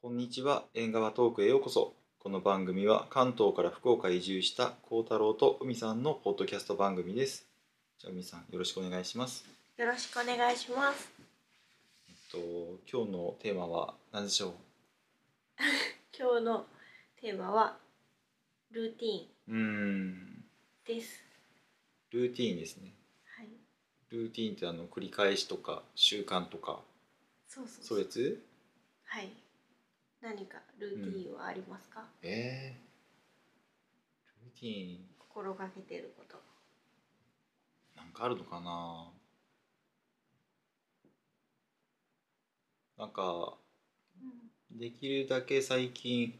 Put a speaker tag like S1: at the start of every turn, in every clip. S1: こんにちは縁側トークへようこそこの番組は関東から福岡へ移住した幸太郎と海さんのポッドキャスト番組ですじゃあ海さんよろしくお願いします
S2: よろしくお願いします。
S1: えっと今日のテーマは何でしょ
S2: 今日のテーマはルーテ
S1: う
S2: ィン
S1: うーん
S2: です。
S1: ルーティーンですね
S2: はい。
S1: ルーティーンってあの繰り返しとか習慣とか
S2: そうそう
S1: そういうやつ
S2: はい。何かルーティンはありますか？
S1: えー、ルーティーン
S2: 心がけてること。
S1: なんかあるのかななんかできるだけ最近、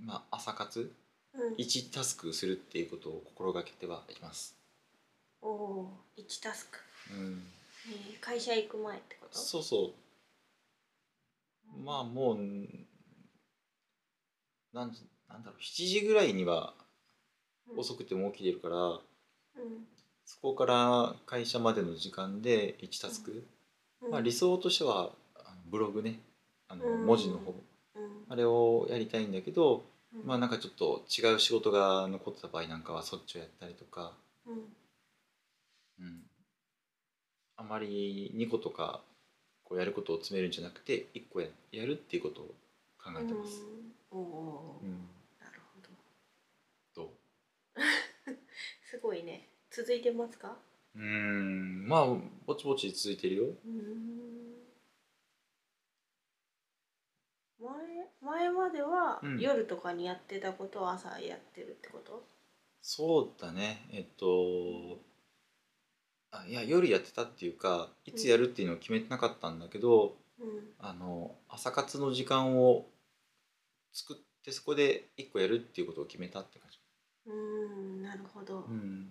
S1: まあ、朝活
S2: うん。
S1: 1タスクするっていうことを心がけてはいます、
S2: おおー、一タスク、
S1: うん、
S2: えー会社行く前ってこと？
S1: そうそうまあもうんなんなんだろう7時ぐらいには
S2: うん
S1: 遅くても起きてるから、
S2: うん。
S1: そこから会社までの時間で1タスク、
S2: うん。
S1: まあ、理想としてはあのブログねあの
S2: うん
S1: 文字の方、
S2: うん。
S1: あれをやりたいんだけど、
S2: うん
S1: まあなんかちょっと違う仕事が残ってた場合なんかはそっちをやったりとか、
S2: うん。
S1: うん、あまり2個とかこうやることを詰めるんじゃなくて1個ややるっていうことを考えてます。
S2: うん。おお
S1: う
S2: ー、
S1: ん
S2: なるほど。
S1: どう
S2: すごいね。続いてますか？
S1: うーんまあぼちぼち続いてるよ。
S2: うーん前前までは
S1: うん
S2: 夜とかにやってたことを朝やってるってこと、
S1: そうだねえっとあいや夜やってたっていうかいつやるっていうのを決めてなかったんだけど、
S2: うん
S1: あの朝活の時間を作ってそこで1個やるっていうことを決めたって感じ。
S2: うーんなるほど、
S1: うん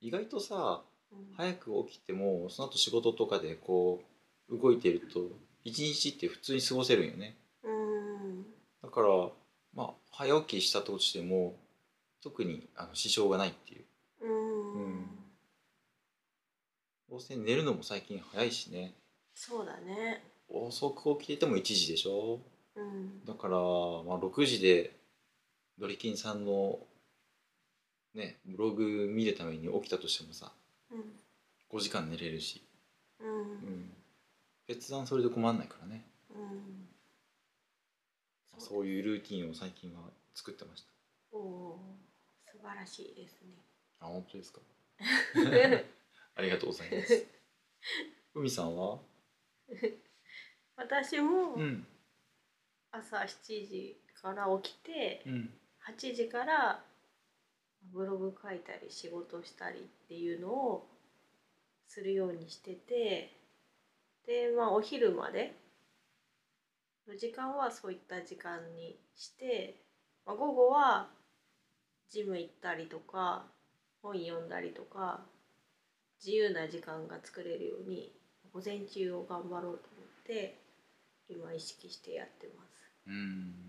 S1: 意外とさ
S2: うん
S1: 早く起きてもその後仕事とかでこう動いてると一日って普通に過ごせるんよね
S2: うーん
S1: だからまあ早起きしたとしても特にあの支障がないっていう
S2: うーん、
S1: うんどうせ寝るのも最近早いしね
S2: そうだね
S1: 遅く起きてても1時でしょ
S2: うん
S1: だから、まあ、6時でドリキンさんのねブログ見るために起きたとしてもさ
S2: うん
S1: 5時間寝れるし
S2: うん
S1: うん、別段それで困らないからね
S2: うん
S1: そういうルーティンを最近は作ってまし
S2: おおー素晴らしいです
S1: たあ本当 ですか
S2: ね
S1: ありがとうございます海さんは
S2: 私も
S1: ん
S2: 朝7時から起きて、
S1: うん
S2: 8時からブログ書いたり仕事したりっていうのをするようにしててでまあお昼までの時間はそういった時間にして、まあ、午後はジム行ったりとか本読んだりとか自由な時間が作れるように午前中を頑張ろうと思って今意識してやってます。
S1: うん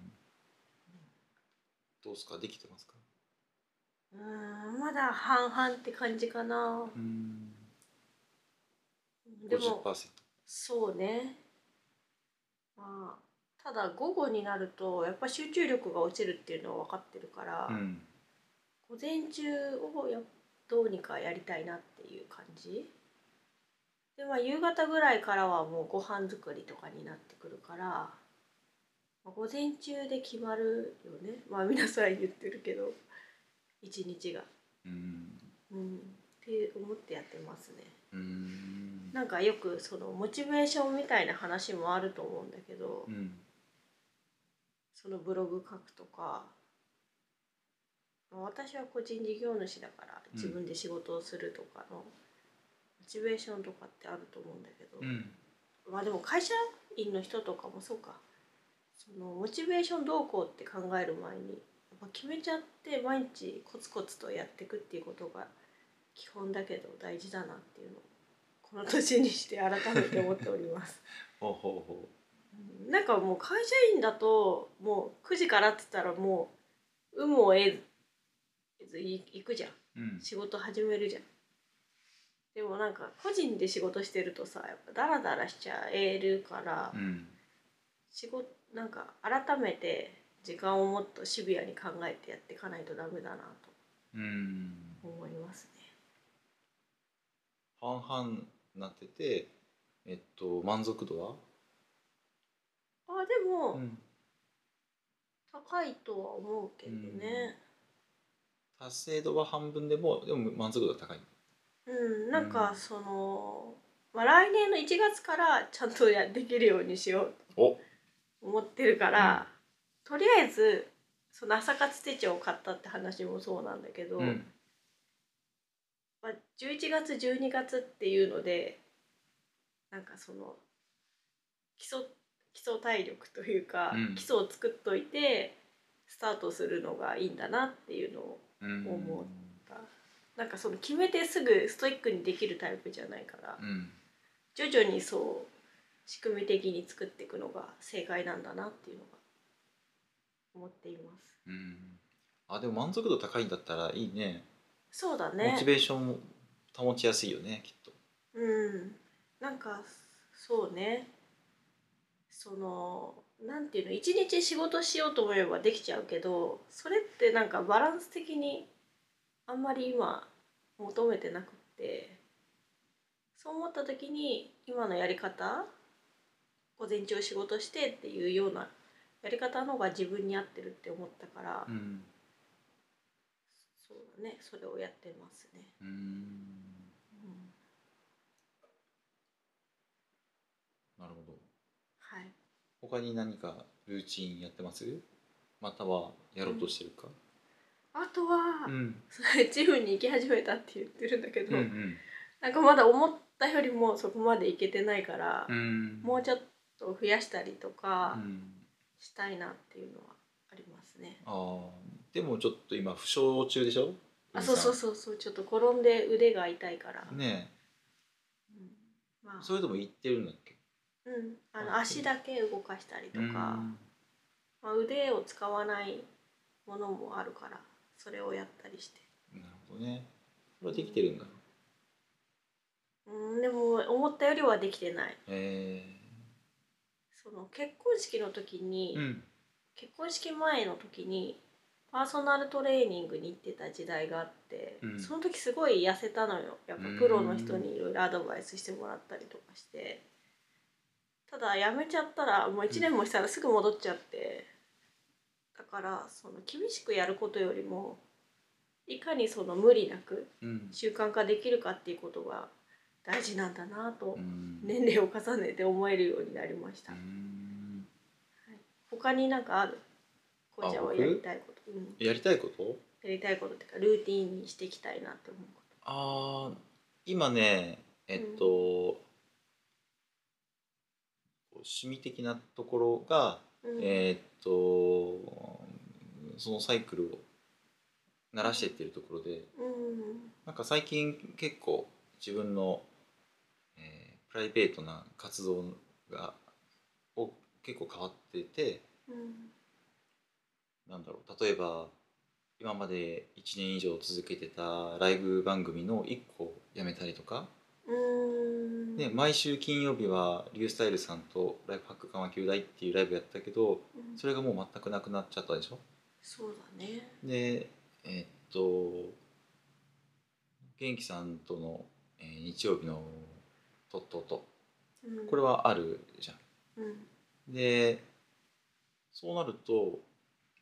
S1: どうですかできてますか
S2: うーんまだ半々って感じかな
S1: うん
S2: で
S1: 50%
S2: もそうねまあただ午後になるとやっぱ集中力が落ちるっていうのは分かってるから、
S1: うん
S2: 午前中をやどうにかやりたいなっていう感じでまあ夕方ぐらいからはもうご飯作りとかになってくるから、まあ午前中で決まるよねまあ皆さん言ってるけど一日が
S1: うん
S2: うんって思ってやってますね
S1: うん
S2: なんかよくそのモチベーションみたいな話もあると思うんだけど、
S1: うん
S2: そのブログ書くとかまあ私は個人事業主だから
S1: うん
S2: 自分で仕事をするとかのモチベーションとかってあると思うんだけど、
S1: うん
S2: まあでも会社員の人とかもそうかそのモチベーションどうこうって考える前にやっぱ決めちゃって毎日コツコツとやっていくっていうことが基本だけど大事だなっていうのをこの年にして改めて思っております。
S1: ほうほうほ
S2: なんかもう会社員だともう9時からって言ったらもう有無を得ずい行くじゃん
S1: ううん
S2: 仕事始めるじゃんでもなんか個人で仕事してるとさやっぱダラダラしちゃえるから
S1: うん
S2: 仕事なんか改めて時間をもっとシビアに考えてやっていかないとダメだな
S1: うん
S2: と思いますね。
S1: 半々になっててえっと満足度は、
S2: あでも、
S1: ん、
S2: 高いとは思うけどね。
S1: 達成度は半分でもでも満足度は高い
S2: うん、なん
S1: う
S2: か
S1: ん
S2: その、まあ、来年の1月からちゃんとやできるようにしよう
S1: お
S2: と思ってるから、とりあえずその朝活手帳を買ったって話もそうなんだけど、
S1: うん
S2: まあ、11月12月っていうのでなんかその基礎基礎体力というか、
S1: うん
S2: 基礎を作っといてスタートするのがいいんだなっていうのを
S1: うん
S2: 思なんかその決めてすぐストイックにできるタイプじゃないから
S1: うん
S2: 徐々にそう仕組み的に作っていくのが正解なんだなっていうのが思っています。
S1: うんあでも満足度高いんだったらいいね
S2: そうだ
S1: モ
S2: ね
S1: チベーションも保ちやすいよねきっと
S2: うんなんかそうねそのなんていうの一日仕事しようと思えばできちゃうけどそれってなんかバランス的にあんまり今求めてなくってそう思った時に今のやり方午前中仕事してっていうようなやり方の方が自分に合ってるって思ったから、
S1: うん
S2: そうだねそれをやってますね。
S1: うん
S2: うん
S1: なるほど
S2: はい
S1: 他に何かルーチンやってますまたはやろうとしてるか、
S2: あとは、
S1: ん、
S2: それ ジムに行き始めたって言ってるんだけ
S1: うん
S2: ど、
S1: うん
S2: なんかまだ思ったよりもそこまで行けてないから、
S1: うん
S2: もう
S1: ょ
S2: ちょっと増やしたりと
S1: う
S2: か
S1: ん、
S2: したいなっていうのはありますね。
S1: あーでもちょっと今負傷中でしょ
S2: あそうそう
S1: さ
S2: そうそうちょっと転んで腕が痛いから、
S1: んね
S2: うん、
S1: え
S2: まあ
S1: それでも言ってるんだっけ
S2: うん、あ
S1: あ
S2: の足だけ動かしたりとか、
S1: うん
S2: まあ、腕を使わないものもあるからそれをやったりして。
S1: なるほどねそれはできてるんだ
S2: うん、でも思ったよりはできてない
S1: へ
S2: その結婚式の時に、
S1: えうん
S2: 結婚式前の時にパーソナルトレーニングに行ってた時代があって、
S1: うん
S2: その時すごい痩せたのよやっぱプロの人にいろいろアドバイスしてもらったりとかしてただやめちゃったらもう1年もしたらすぐ戻っちゃって、だからその厳しくやることよりもいかにその無理なく
S1: うん
S2: 習慣化できるかっていうことが大事なんだなと
S1: うん
S2: 年齢を重ねて思えるようになりました
S1: う。ん
S2: 他になんかあるこうちゃんは
S1: 僕
S2: やりたいこと、うん、
S1: やりたいこと
S2: やりたいことっていうかルーティンにしていきたいなって思うこ
S1: あー今ねえっと、こう趣味的なところが、
S2: と、うん
S1: えっとそのサイクルを鳴らしていってるところで
S2: うん
S1: なんか最近結構自分の、えープライベートな活動がを結構変わってて
S2: うん
S1: なんだろう例えば今まで1年以上続けてたライブ番組の1個をやめたりとか。
S2: うん
S1: で毎週金曜日はリュースタイルさんとライブハック緩和球大っていうライブやったけど
S2: うん
S1: それがもう全くなくなっちゃったでしょ
S2: そうだね
S1: でえっと元気さんとの、えー日曜日の「とっとと
S2: うん」
S1: これはあるじゃ
S2: うん
S1: んでそうなると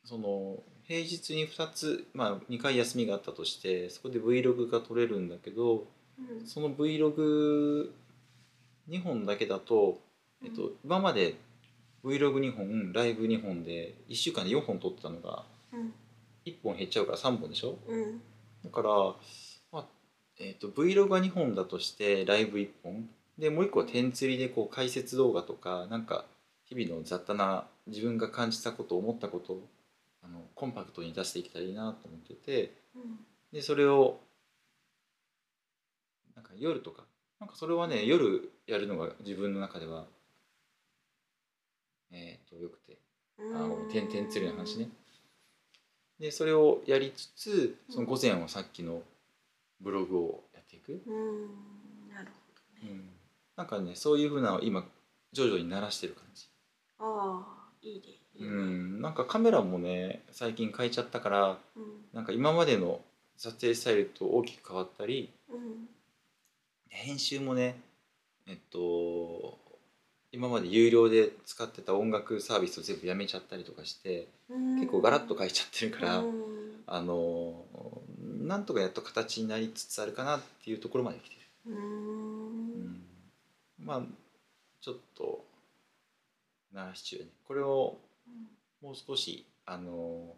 S1: その平日に2つ、まあ、2回休みがあったとしてそこで Vlog が撮れるんだけど
S2: うん
S1: その Vlog2 本だけだとえっと、今まで Vlog2 本ライブ2本で1週間で4本撮ってたのが
S2: うん
S1: 1本減っちゃうから3本でしょ
S2: うん
S1: だから、まあえっと Vlog が2本だとしてライブ1本でもう1個は点釣りでこう解説動画とかなんか日々の雑多な自分が感じたこと思ったことをあのコンパクトに出していけたらいいなと思ってて
S2: うん
S1: でそれをなんか夜とかなんかそれはね夜やるのが自分の中ではえっ、とよくてあの点々釣りの話ねでそれをやりつつその午前はさっきのブログをやっていく、
S2: うんなる
S1: う
S2: ほどね
S1: んなんかねそういうふうな今徐々に慣らしてる感じ
S2: ああいいねいいうね
S1: んなんかカメラもね最近変えちゃったから
S2: うん
S1: なんか今までの撮影スタイルと大きく変わったり
S2: うん
S1: 編集もねえっと今まで有料で使ってた音楽サービスを全部やめちゃったりとかして
S2: うん
S1: 結構ガラッと変えちゃってるから、
S2: うん
S1: あのなんとかやっと形になりつつあるかなっていうところまで来て
S2: う
S1: る、うんんまあちょっと7シチューねこれをもう少しあの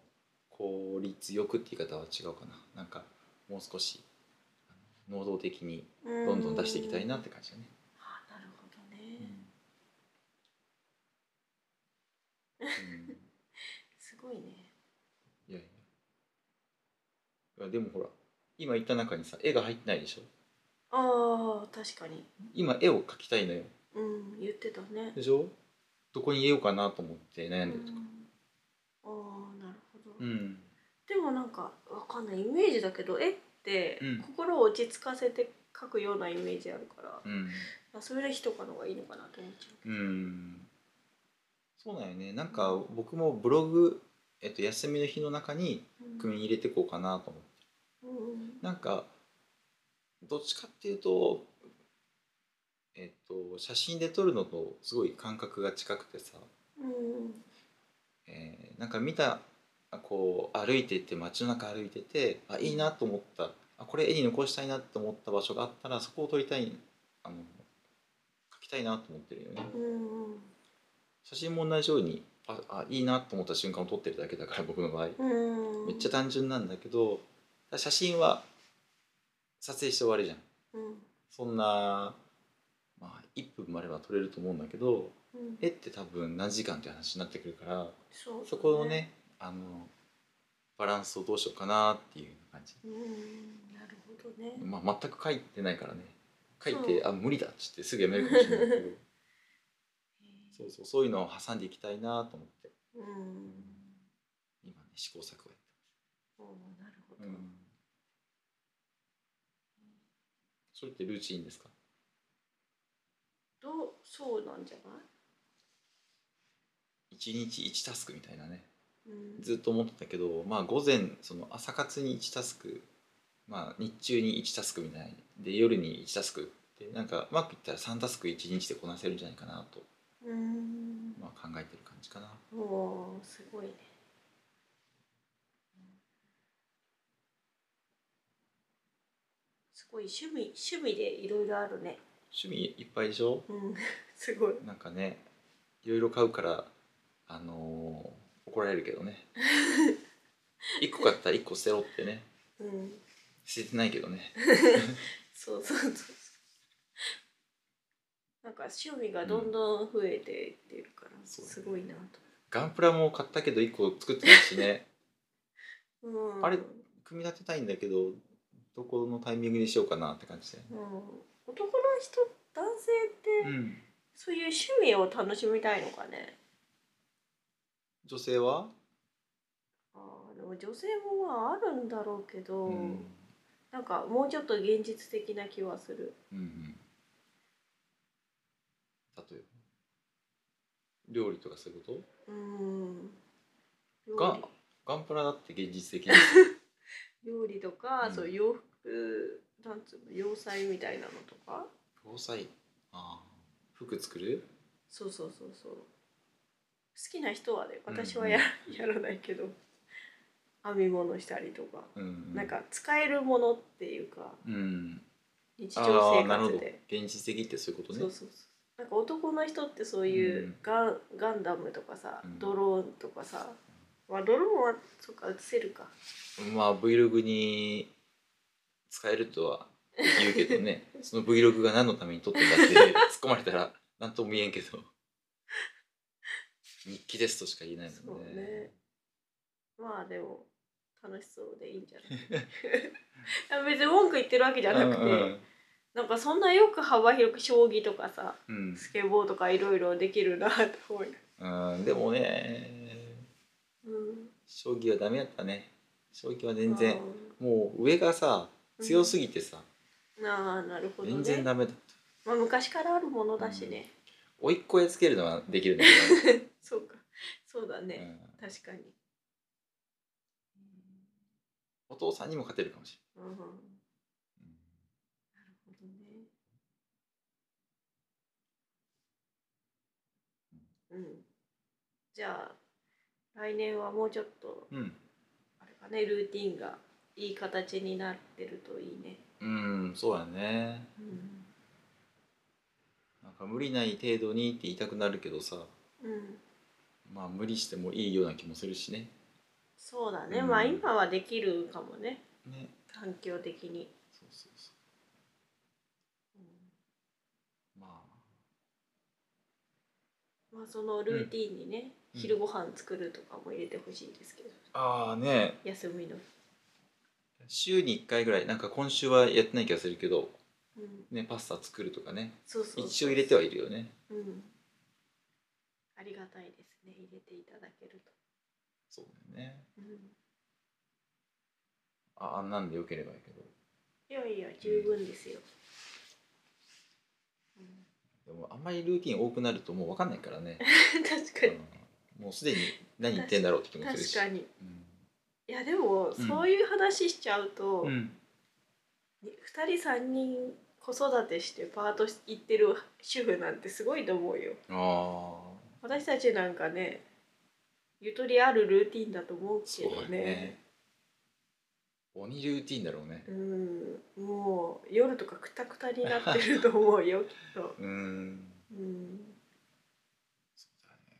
S1: 効率よくって言い方は違うかななんかもう少しあの能動的に
S2: うん
S1: どんどん出していきたいなって感じだね、
S2: あなるほど
S1: う
S2: ね
S1: んうん
S2: すごいね
S1: いやいやいやでもほら今言った中にさ絵が入ってないでしょ
S2: ああ確かに
S1: 今絵を描きたいのよ
S2: うん言ってたね
S1: でしょどこに入れようかなと思って悩
S2: うん
S1: でるとか
S2: んああなるほど
S1: うん
S2: でもなんかわかんないイメージだけど絵って
S1: うん
S2: 心を落ち着かせて描くようなイメージあるから、
S1: うん、
S2: あそれで人かの方がいいのかなと思っちゃう
S1: うん、そうだよねなんか僕もブログ、えっと、休みの日の中に
S2: けど
S1: 組み入れてこうかなと思って
S2: うんうん
S1: なんかどっちかっていうとえっと写真で撮るのとすごい感覚が近くてさ、
S2: うん
S1: えーなんか見たあこう歩いてって街の中歩いててあいいなと思ったあこれ絵に残したいなと思った場所があったらそこを撮りたいあの描きたいなと思ってるよね
S2: うんうん
S1: 写真も同じようにああいいなと思った瞬間を撮ってるだけだから僕の場合
S2: うん
S1: めっちゃ単純なんだけど写真は撮影して終わりじゃん
S2: うん
S1: そんな、まあ、1分もあれば撮れると思うんだけど
S2: うん
S1: 絵って多分何時間って話になってくるから
S2: そうだね
S1: そこのねあのバランスをどうしようかなっていう感じ、
S2: うんなるほどね
S1: まあ、全く書いてないからね書い
S2: そ
S1: てあ無理だっつってすぐやめるかもしれないけど そうそうそういうのを挟んでいきたいなと思って
S2: うん
S1: 今ね試行錯誤や
S2: おーなるほ
S1: って
S2: ど、
S1: ます、うんそれってルーチンですか
S2: どうそうなんじゃな
S1: 一日1タスクみたいなね
S2: い、うん、
S1: ずっと思ってたけど、まあ、午前その朝活に1タスク、まあ、日中に1タスクみたいで夜に1タスクってなんかうまくいったら3タスク1日でこなせるんじゃないかなと、
S2: うん
S1: まあ、考えてる感じかな。
S2: おーすごいねすごい趣味趣味でいろいろあるね
S1: 趣味いっぱいでしょ
S2: うん すごい
S1: なんかねいろいろ買うから、あのー怒られるけど ね1個買ったら1個捨てろってね
S2: うん
S1: 捨ててないけどね
S2: そうそうそうそうなんか趣味がどんどん増えていってるから、
S1: そうだね
S2: すごいなと、
S1: ガンプラも買ったけど1個作ってないしね
S2: うん、
S1: あれ組み立てたいんだけどどこのタイミングにしようかなって感じだよね。
S2: うん、男の人男性って、
S1: うん
S2: そういう趣味を楽しみたいのかね
S1: 女性は、
S2: あーでも女性もまああるんだろうけど、
S1: うん
S2: なんかもうちょっと現実的な気はする
S1: うんうん、例えば料理とかそういうこ
S2: うん
S1: が
S2: 料
S1: とガンプラだって現実的に
S2: 理料理とか、
S1: うん
S2: そう洋服なんつうの洋裁みたいなのとか
S1: 防災ああ服作る
S2: そうそうそうそう好きな人はね私はや,、やら ないけど編み物したりとか、
S1: うん
S2: なんか使えるものっていうか
S1: うん
S2: 日常
S1: ああ
S2: 生
S1: なるほ
S2: 活
S1: ど
S2: で
S1: 現実的ってそういうことね
S2: そうそうそうなんか男の人ってそういううんガン,、ガンダムとかさ
S1: うん
S2: ドローンとかさ、まあドローンはそっか映せるか
S1: まあ Vlog に使えるとは言うけど ねその Vlog が何のために撮ってんだって突っ込まれたら何とも言えんけど日記ですとしか言えないもんね
S2: そうねまあでも楽しそうでいいんじゃない別に文句言ってるわけじゃなくて、
S1: うん
S2: なんかそんなよく幅広く将棋とかさ
S1: うん
S2: スケボーとかいろいろできるなって思い
S1: うん、うんでもね
S2: うん
S1: 将棋はダメだったね将棋は全然もう上がさ強すぎてさ、
S2: あーあーなるほどね
S1: 全然ダメだった
S2: まあ、昔からあるものだしね、
S1: 甥っ子やっつけるのはできるんだけ
S2: そうかそうだね
S1: ど、、 うん
S2: 確かに、
S1: お父さんにも勝てるかもし
S2: うん、なる
S1: れない、
S2: ほどねうんじゃあ来年はもうちょっと
S1: うん
S2: あれかねルーティンがいい形になってるといいね
S1: うん、そうやね
S2: うん、
S1: なんか無理ない程度にって言いたくなるけどさ
S2: うん、
S1: まあ無理してもいいような気もするしね
S2: そうだね、
S1: うん
S2: まあ今はできるかもね
S1: ね
S2: 環境的に、
S1: そうそうそ
S2: うん
S1: うまあ
S2: まあそのルーティンにね、
S1: うん
S2: 昼ご飯作るとかも入れてほしいですけど
S1: ああね
S2: 休みの日、
S1: 週に1回ぐらいなんか今週はやってない気がするけど、
S2: うん、
S1: ね、パスタ作るとかね
S2: そうそう
S1: 一応入れてはいるよね
S2: うん。ありがたいですね。入れていただけると。
S1: そうだよね
S2: うん、
S1: ああんなんでよければいいけど
S2: いやいや、十分ですよ。うん、
S1: でもあんまりルーティン多くなるともう分かんないから ね、
S2: 確かに。
S1: うんもうすでに何言ってんだろうって気もする
S2: 確
S1: し
S2: かに。いや、でも、
S1: うん
S2: そういう話しちゃうと
S1: うん、う。ん
S2: 二、人三人。子育てしてパート行ってる主婦なんてすごいと思うよ。
S1: ああ
S2: 私たちなんかね。ゆとりあるルーティンだと思うけ
S1: そう
S2: ど
S1: だ
S2: ね
S1: ね。鬼ルーティンだろうね
S2: うん、もう夜とかくたくたになってると思うよ、きっと。
S1: うん
S2: うん。
S1: そうだね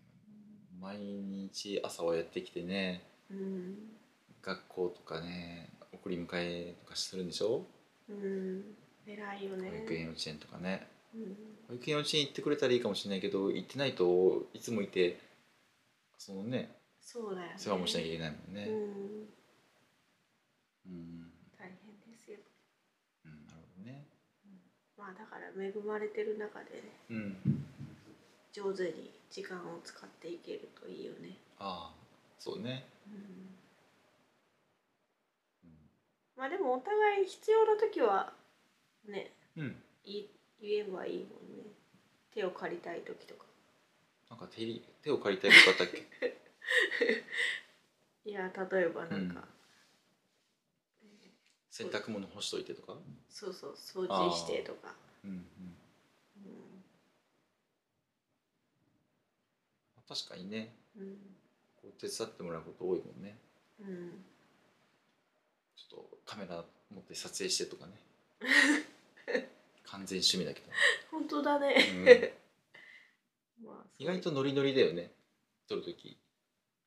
S1: 毎日朝をやってきてね
S2: うん、
S1: 学校とかね送り迎えとかするんでしょ
S2: うん、偉いよ
S1: 保
S2: ね。
S1: 育園幼稚園とかね
S2: うん、
S1: 保育園幼稚園行ってくれたらいいかもしれないけど行ってないといつもいてそのね
S2: そうだよ、ね。
S1: 世話もしなきゃいけないもんね
S2: うん、
S1: うん、
S2: 大変ですよ。
S1: うん、なるほどね
S2: まあだから恵まれてる中でね、
S1: うん
S2: 上手に時間を使っていけるといいよね。
S1: ああそうね、
S2: うん、
S1: う
S2: まあでもお互い必要な時はね、
S1: ん、うん、
S2: い言えばいいもんね。手を借りたい時とか。
S1: なんか手に手を借りたいことあったっけ
S2: いや例えばなんか、
S1: 洗濯物干しといてとか
S2: そうそう掃除してとか。
S1: うんうん
S2: う
S1: 確かにね
S2: ん、うん、
S1: こう手伝ってもらうこと多いもんね
S2: うん。
S1: ちょっとカメラ持って撮影してとかね完全趣味だけ
S2: 本当だね。
S1: ど、うん
S2: まあ
S1: 意外
S2: そ
S1: と
S2: う
S1: ノリノリだよね撮る時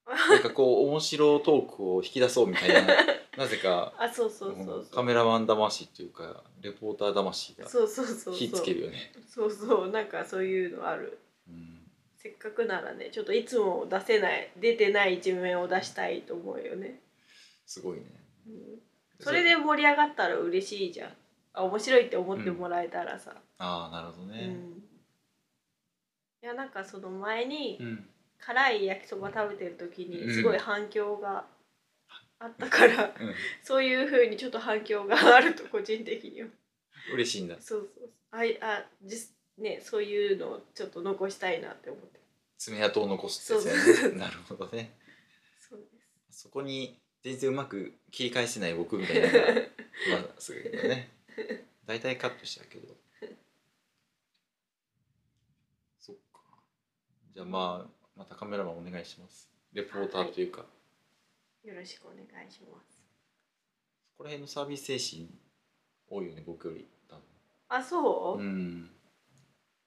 S1: なんかこう面白トークを引き出そうみたいななぜか
S2: あそうそうそううんそ
S1: カ
S2: う。
S1: メラマン魂っていうかレポーター魂が
S2: そうそうそうそう。
S1: 火つけるよね
S2: そうそうなんかそういうのある。
S1: うん
S2: せっかくならねちょっといつも出せない出てない一面を出したいと思うよね。
S1: すごいね
S2: うん、それで盛り上がったら嬉しいじゃん。あ面白いって思ってもらえたらさ。
S1: ああなるほど
S2: うん。
S1: ね
S2: いやなんかその前に
S1: うん、
S2: 辛い焼きそば食べてる時
S1: う
S2: に
S1: ん
S2: すごい反響があったから、
S1: うん
S2: そういう風にちょっと反響があると個人的には
S1: 嬉しいんだ
S2: そうそうあいあ実ねそういうのをちょっと残したいなって思って
S1: 爪痕を残すってや
S2: そう
S1: つ
S2: そ
S1: や
S2: う
S1: ねなるほどね
S2: そうです
S1: そこに全然うまく切り返せない僕みたいなのがまあすごいけどね大体カットしちゃうけどそっかじゃあまあまたカメラマンお願いしますレポーターというか、
S2: よろしくお願いします。
S1: そこら辺のサービス精神多いよね僕より多
S2: あ、そう、
S1: 分うん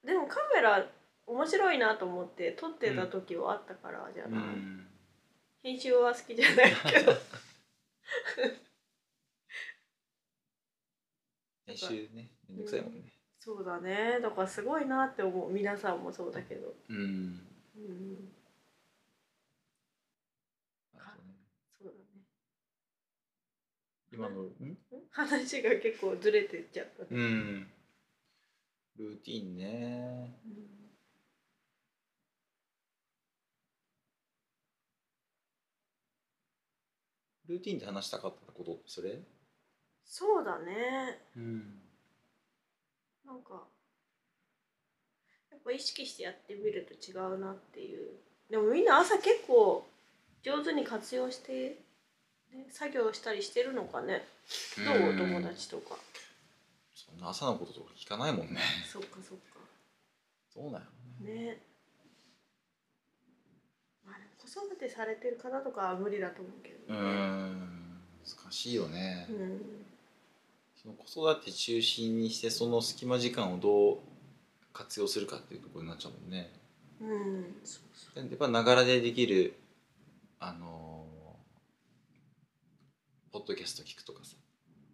S2: でもカメラ面白いなと思って撮ってた時はあったからじゃ
S1: う
S2: ない、
S1: ん
S2: 編集は好きじゃないけ ど
S1: 練習ねめんどくさいもんね
S2: そうだねだからすごいなって思う皆さんもそうだけど、
S1: うん
S2: うん、
S1: なるほどね
S2: そうだね
S1: 今のん
S2: 話が結構ずれてっちゃったね、
S1: うんルーティンね
S2: うん
S1: ルーティンで話したかったことってそれ
S2: そうだね
S1: うん
S2: なんかやっぱ意識してやってみると違うなっていうでもみんな朝結構上手に活用して、ね、作業したりしてるのかねどうお友達とか
S1: そんな朝のこととか聞かないもんね
S2: そっかそっか
S1: どうなんやろね
S2: ねまあでも子育てされてる方とかは無理だと思うけ
S1: う
S2: ど
S1: ーん難しいよね、
S2: うん
S1: その子育て中心にしてその隙間時間をどう活用するかっていうところになっちゃうもんね
S2: うんそうそ
S1: やっぱながらでできるあのーポッドキャスト聞くとかさ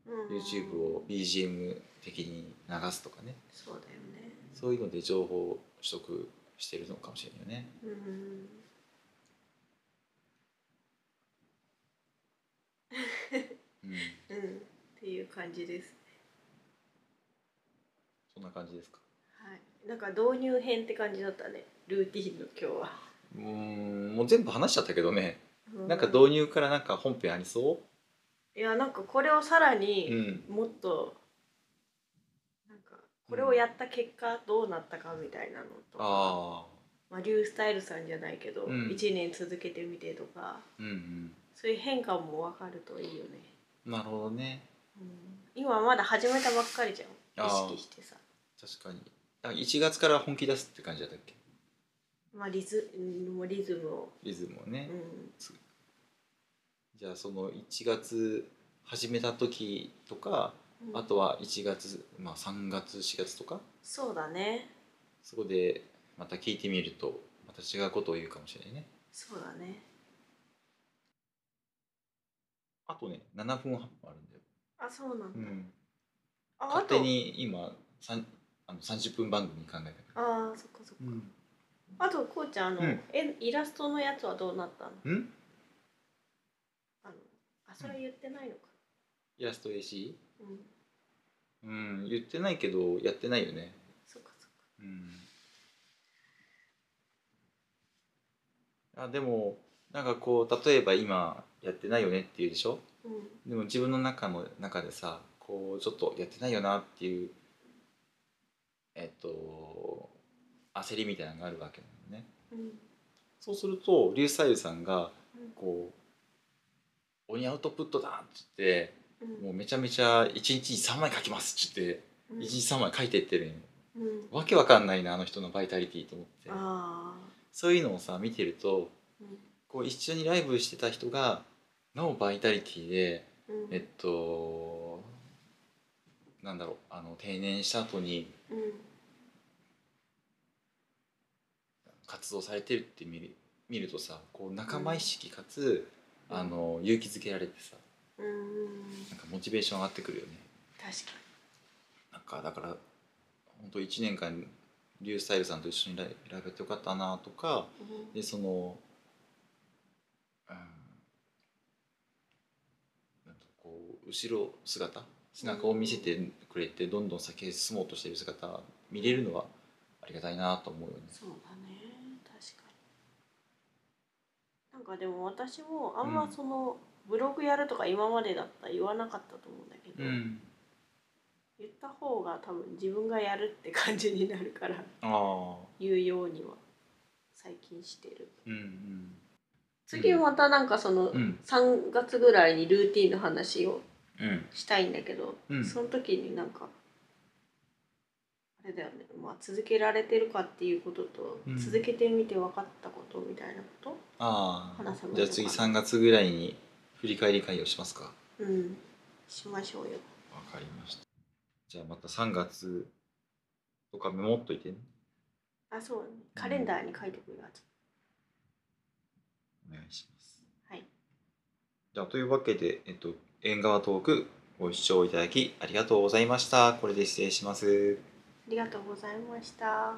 S2: う、うん、
S1: YouTube を BGM 的に流すとかね
S2: そうだよね
S1: そういうので情報を取得してるのかもしれないよね
S2: うん
S1: うん
S2: うんっていう感じです
S1: そんな感じですか
S2: はいなんか導入編って感じだったねルーティンの今日は、
S1: うーんもう全部話しちゃったけどね
S2: う
S1: なんか導入からなんか本編ありそ
S2: いやなんかこれをさら
S1: う、
S2: に
S1: ん、
S2: もっと、なんかこれをやった結果どうなったかみたいなのとか、
S1: ああ
S2: まあ、リュースタイルさんじゃないけど、
S1: うん
S2: 1年続けてみてとか
S1: うん
S2: そういう変化も分かるといいよね、
S1: うんなるほどね
S2: うん、今まだ始めたばっかりじゃん
S1: あー
S2: 意識してさ
S1: 確かにあ1月から本気出すって感じだったっけ
S2: まあリズもうリズムを、
S1: リズムをね、
S2: うん、
S1: じゃあその1月始めた時とか、
S2: うん
S1: あとは1月、まあ、3月4月とか
S2: そうだね
S1: そこでまた聞いてみるとまた違うことを言うかもしれないね
S2: そうだね
S1: あとね7分8分あるんだよ、
S2: あそうなんだ、
S1: うん、
S2: あ
S1: 勝手に今さんあの30分番組考え
S2: あ
S1: た
S2: と
S1: か
S2: あーそっかそっか、
S1: らうん
S2: あとこうちゃんあ
S1: う
S2: の、
S1: ん
S2: えイラストのやつはどうなったの
S1: うん
S2: あのあそれ言ってないのか、
S1: イラスト AC?
S2: う
S1: う
S2: ん
S1: ん言ってないけどやってないよね
S2: そっかそっか
S1: うんあでもなんかこう例えば今やってないよねっていうでしょ
S2: うん
S1: でも自分の中の中でさこうちょっとやってないよなっていうえっと焦りみたいなのがあるわけなのね
S2: うん
S1: そうするとリュウサイユさんが
S2: うん
S1: こう「鬼アウトプットだ!」って
S2: う
S1: 言って
S2: ん
S1: もうめちゃめちゃ1日に3枚書きますって言って
S2: うん
S1: 1日3枚書いてってるんよ
S2: うん
S1: わけわかんないなあの人のバイタリティと思って
S2: あ
S1: そういうのをさ見てると
S2: ー
S1: こう一緒にライブしてた人がなおバイタリティで
S2: うんうん
S1: えっとなんだろうあの定年した後に
S2: うん
S1: 活動されてるって見る見るとさこう仲間意識かつ、あの勇気づけられてさ
S2: うん
S1: なんかモチベーション上がってくるよね
S2: 確か
S1: なんかだから本当1年間リュウスタイルさんと一緒にライライブやってよかったなとか
S2: に、うん
S1: でそのうんなんかこう後ろ姿背中を見せてくれてどんどん先へ進もうとしてる姿見れるのはありがたいなと思うよね。
S2: そうだね確かになんかでも私もあんまその、ブログやるとか今までだったら言わなかったと思うんだけど、
S1: ん、
S2: 言った方が多分自分がやるって感じになるから
S1: ああ
S2: 言うようには最近してる
S1: うん
S2: 次またなんかその
S1: うんうん
S2: 3月ぐらいにルーティンの話を
S1: うん
S2: したいんだけど、
S1: うん
S2: その時になんかあれだよね、まあ、続けられてるかっていうことと、
S1: うん
S2: 続けてみて分かったことみたいなこ
S1: ああ
S2: 話せばいいのかな
S1: じゃあ次3月ぐらいに振り返り会をしますか。
S2: とうんしましょうよ
S1: わかりました。じゃあまた3月とかメモっといてね。
S2: あそうねカレンダーに書いてくるやつ
S1: お願いします。
S2: はい
S1: じゃあというわけで、えっと、縁側トークご視聴いただきありがとうございました。これで失礼します。
S2: ありがとうございました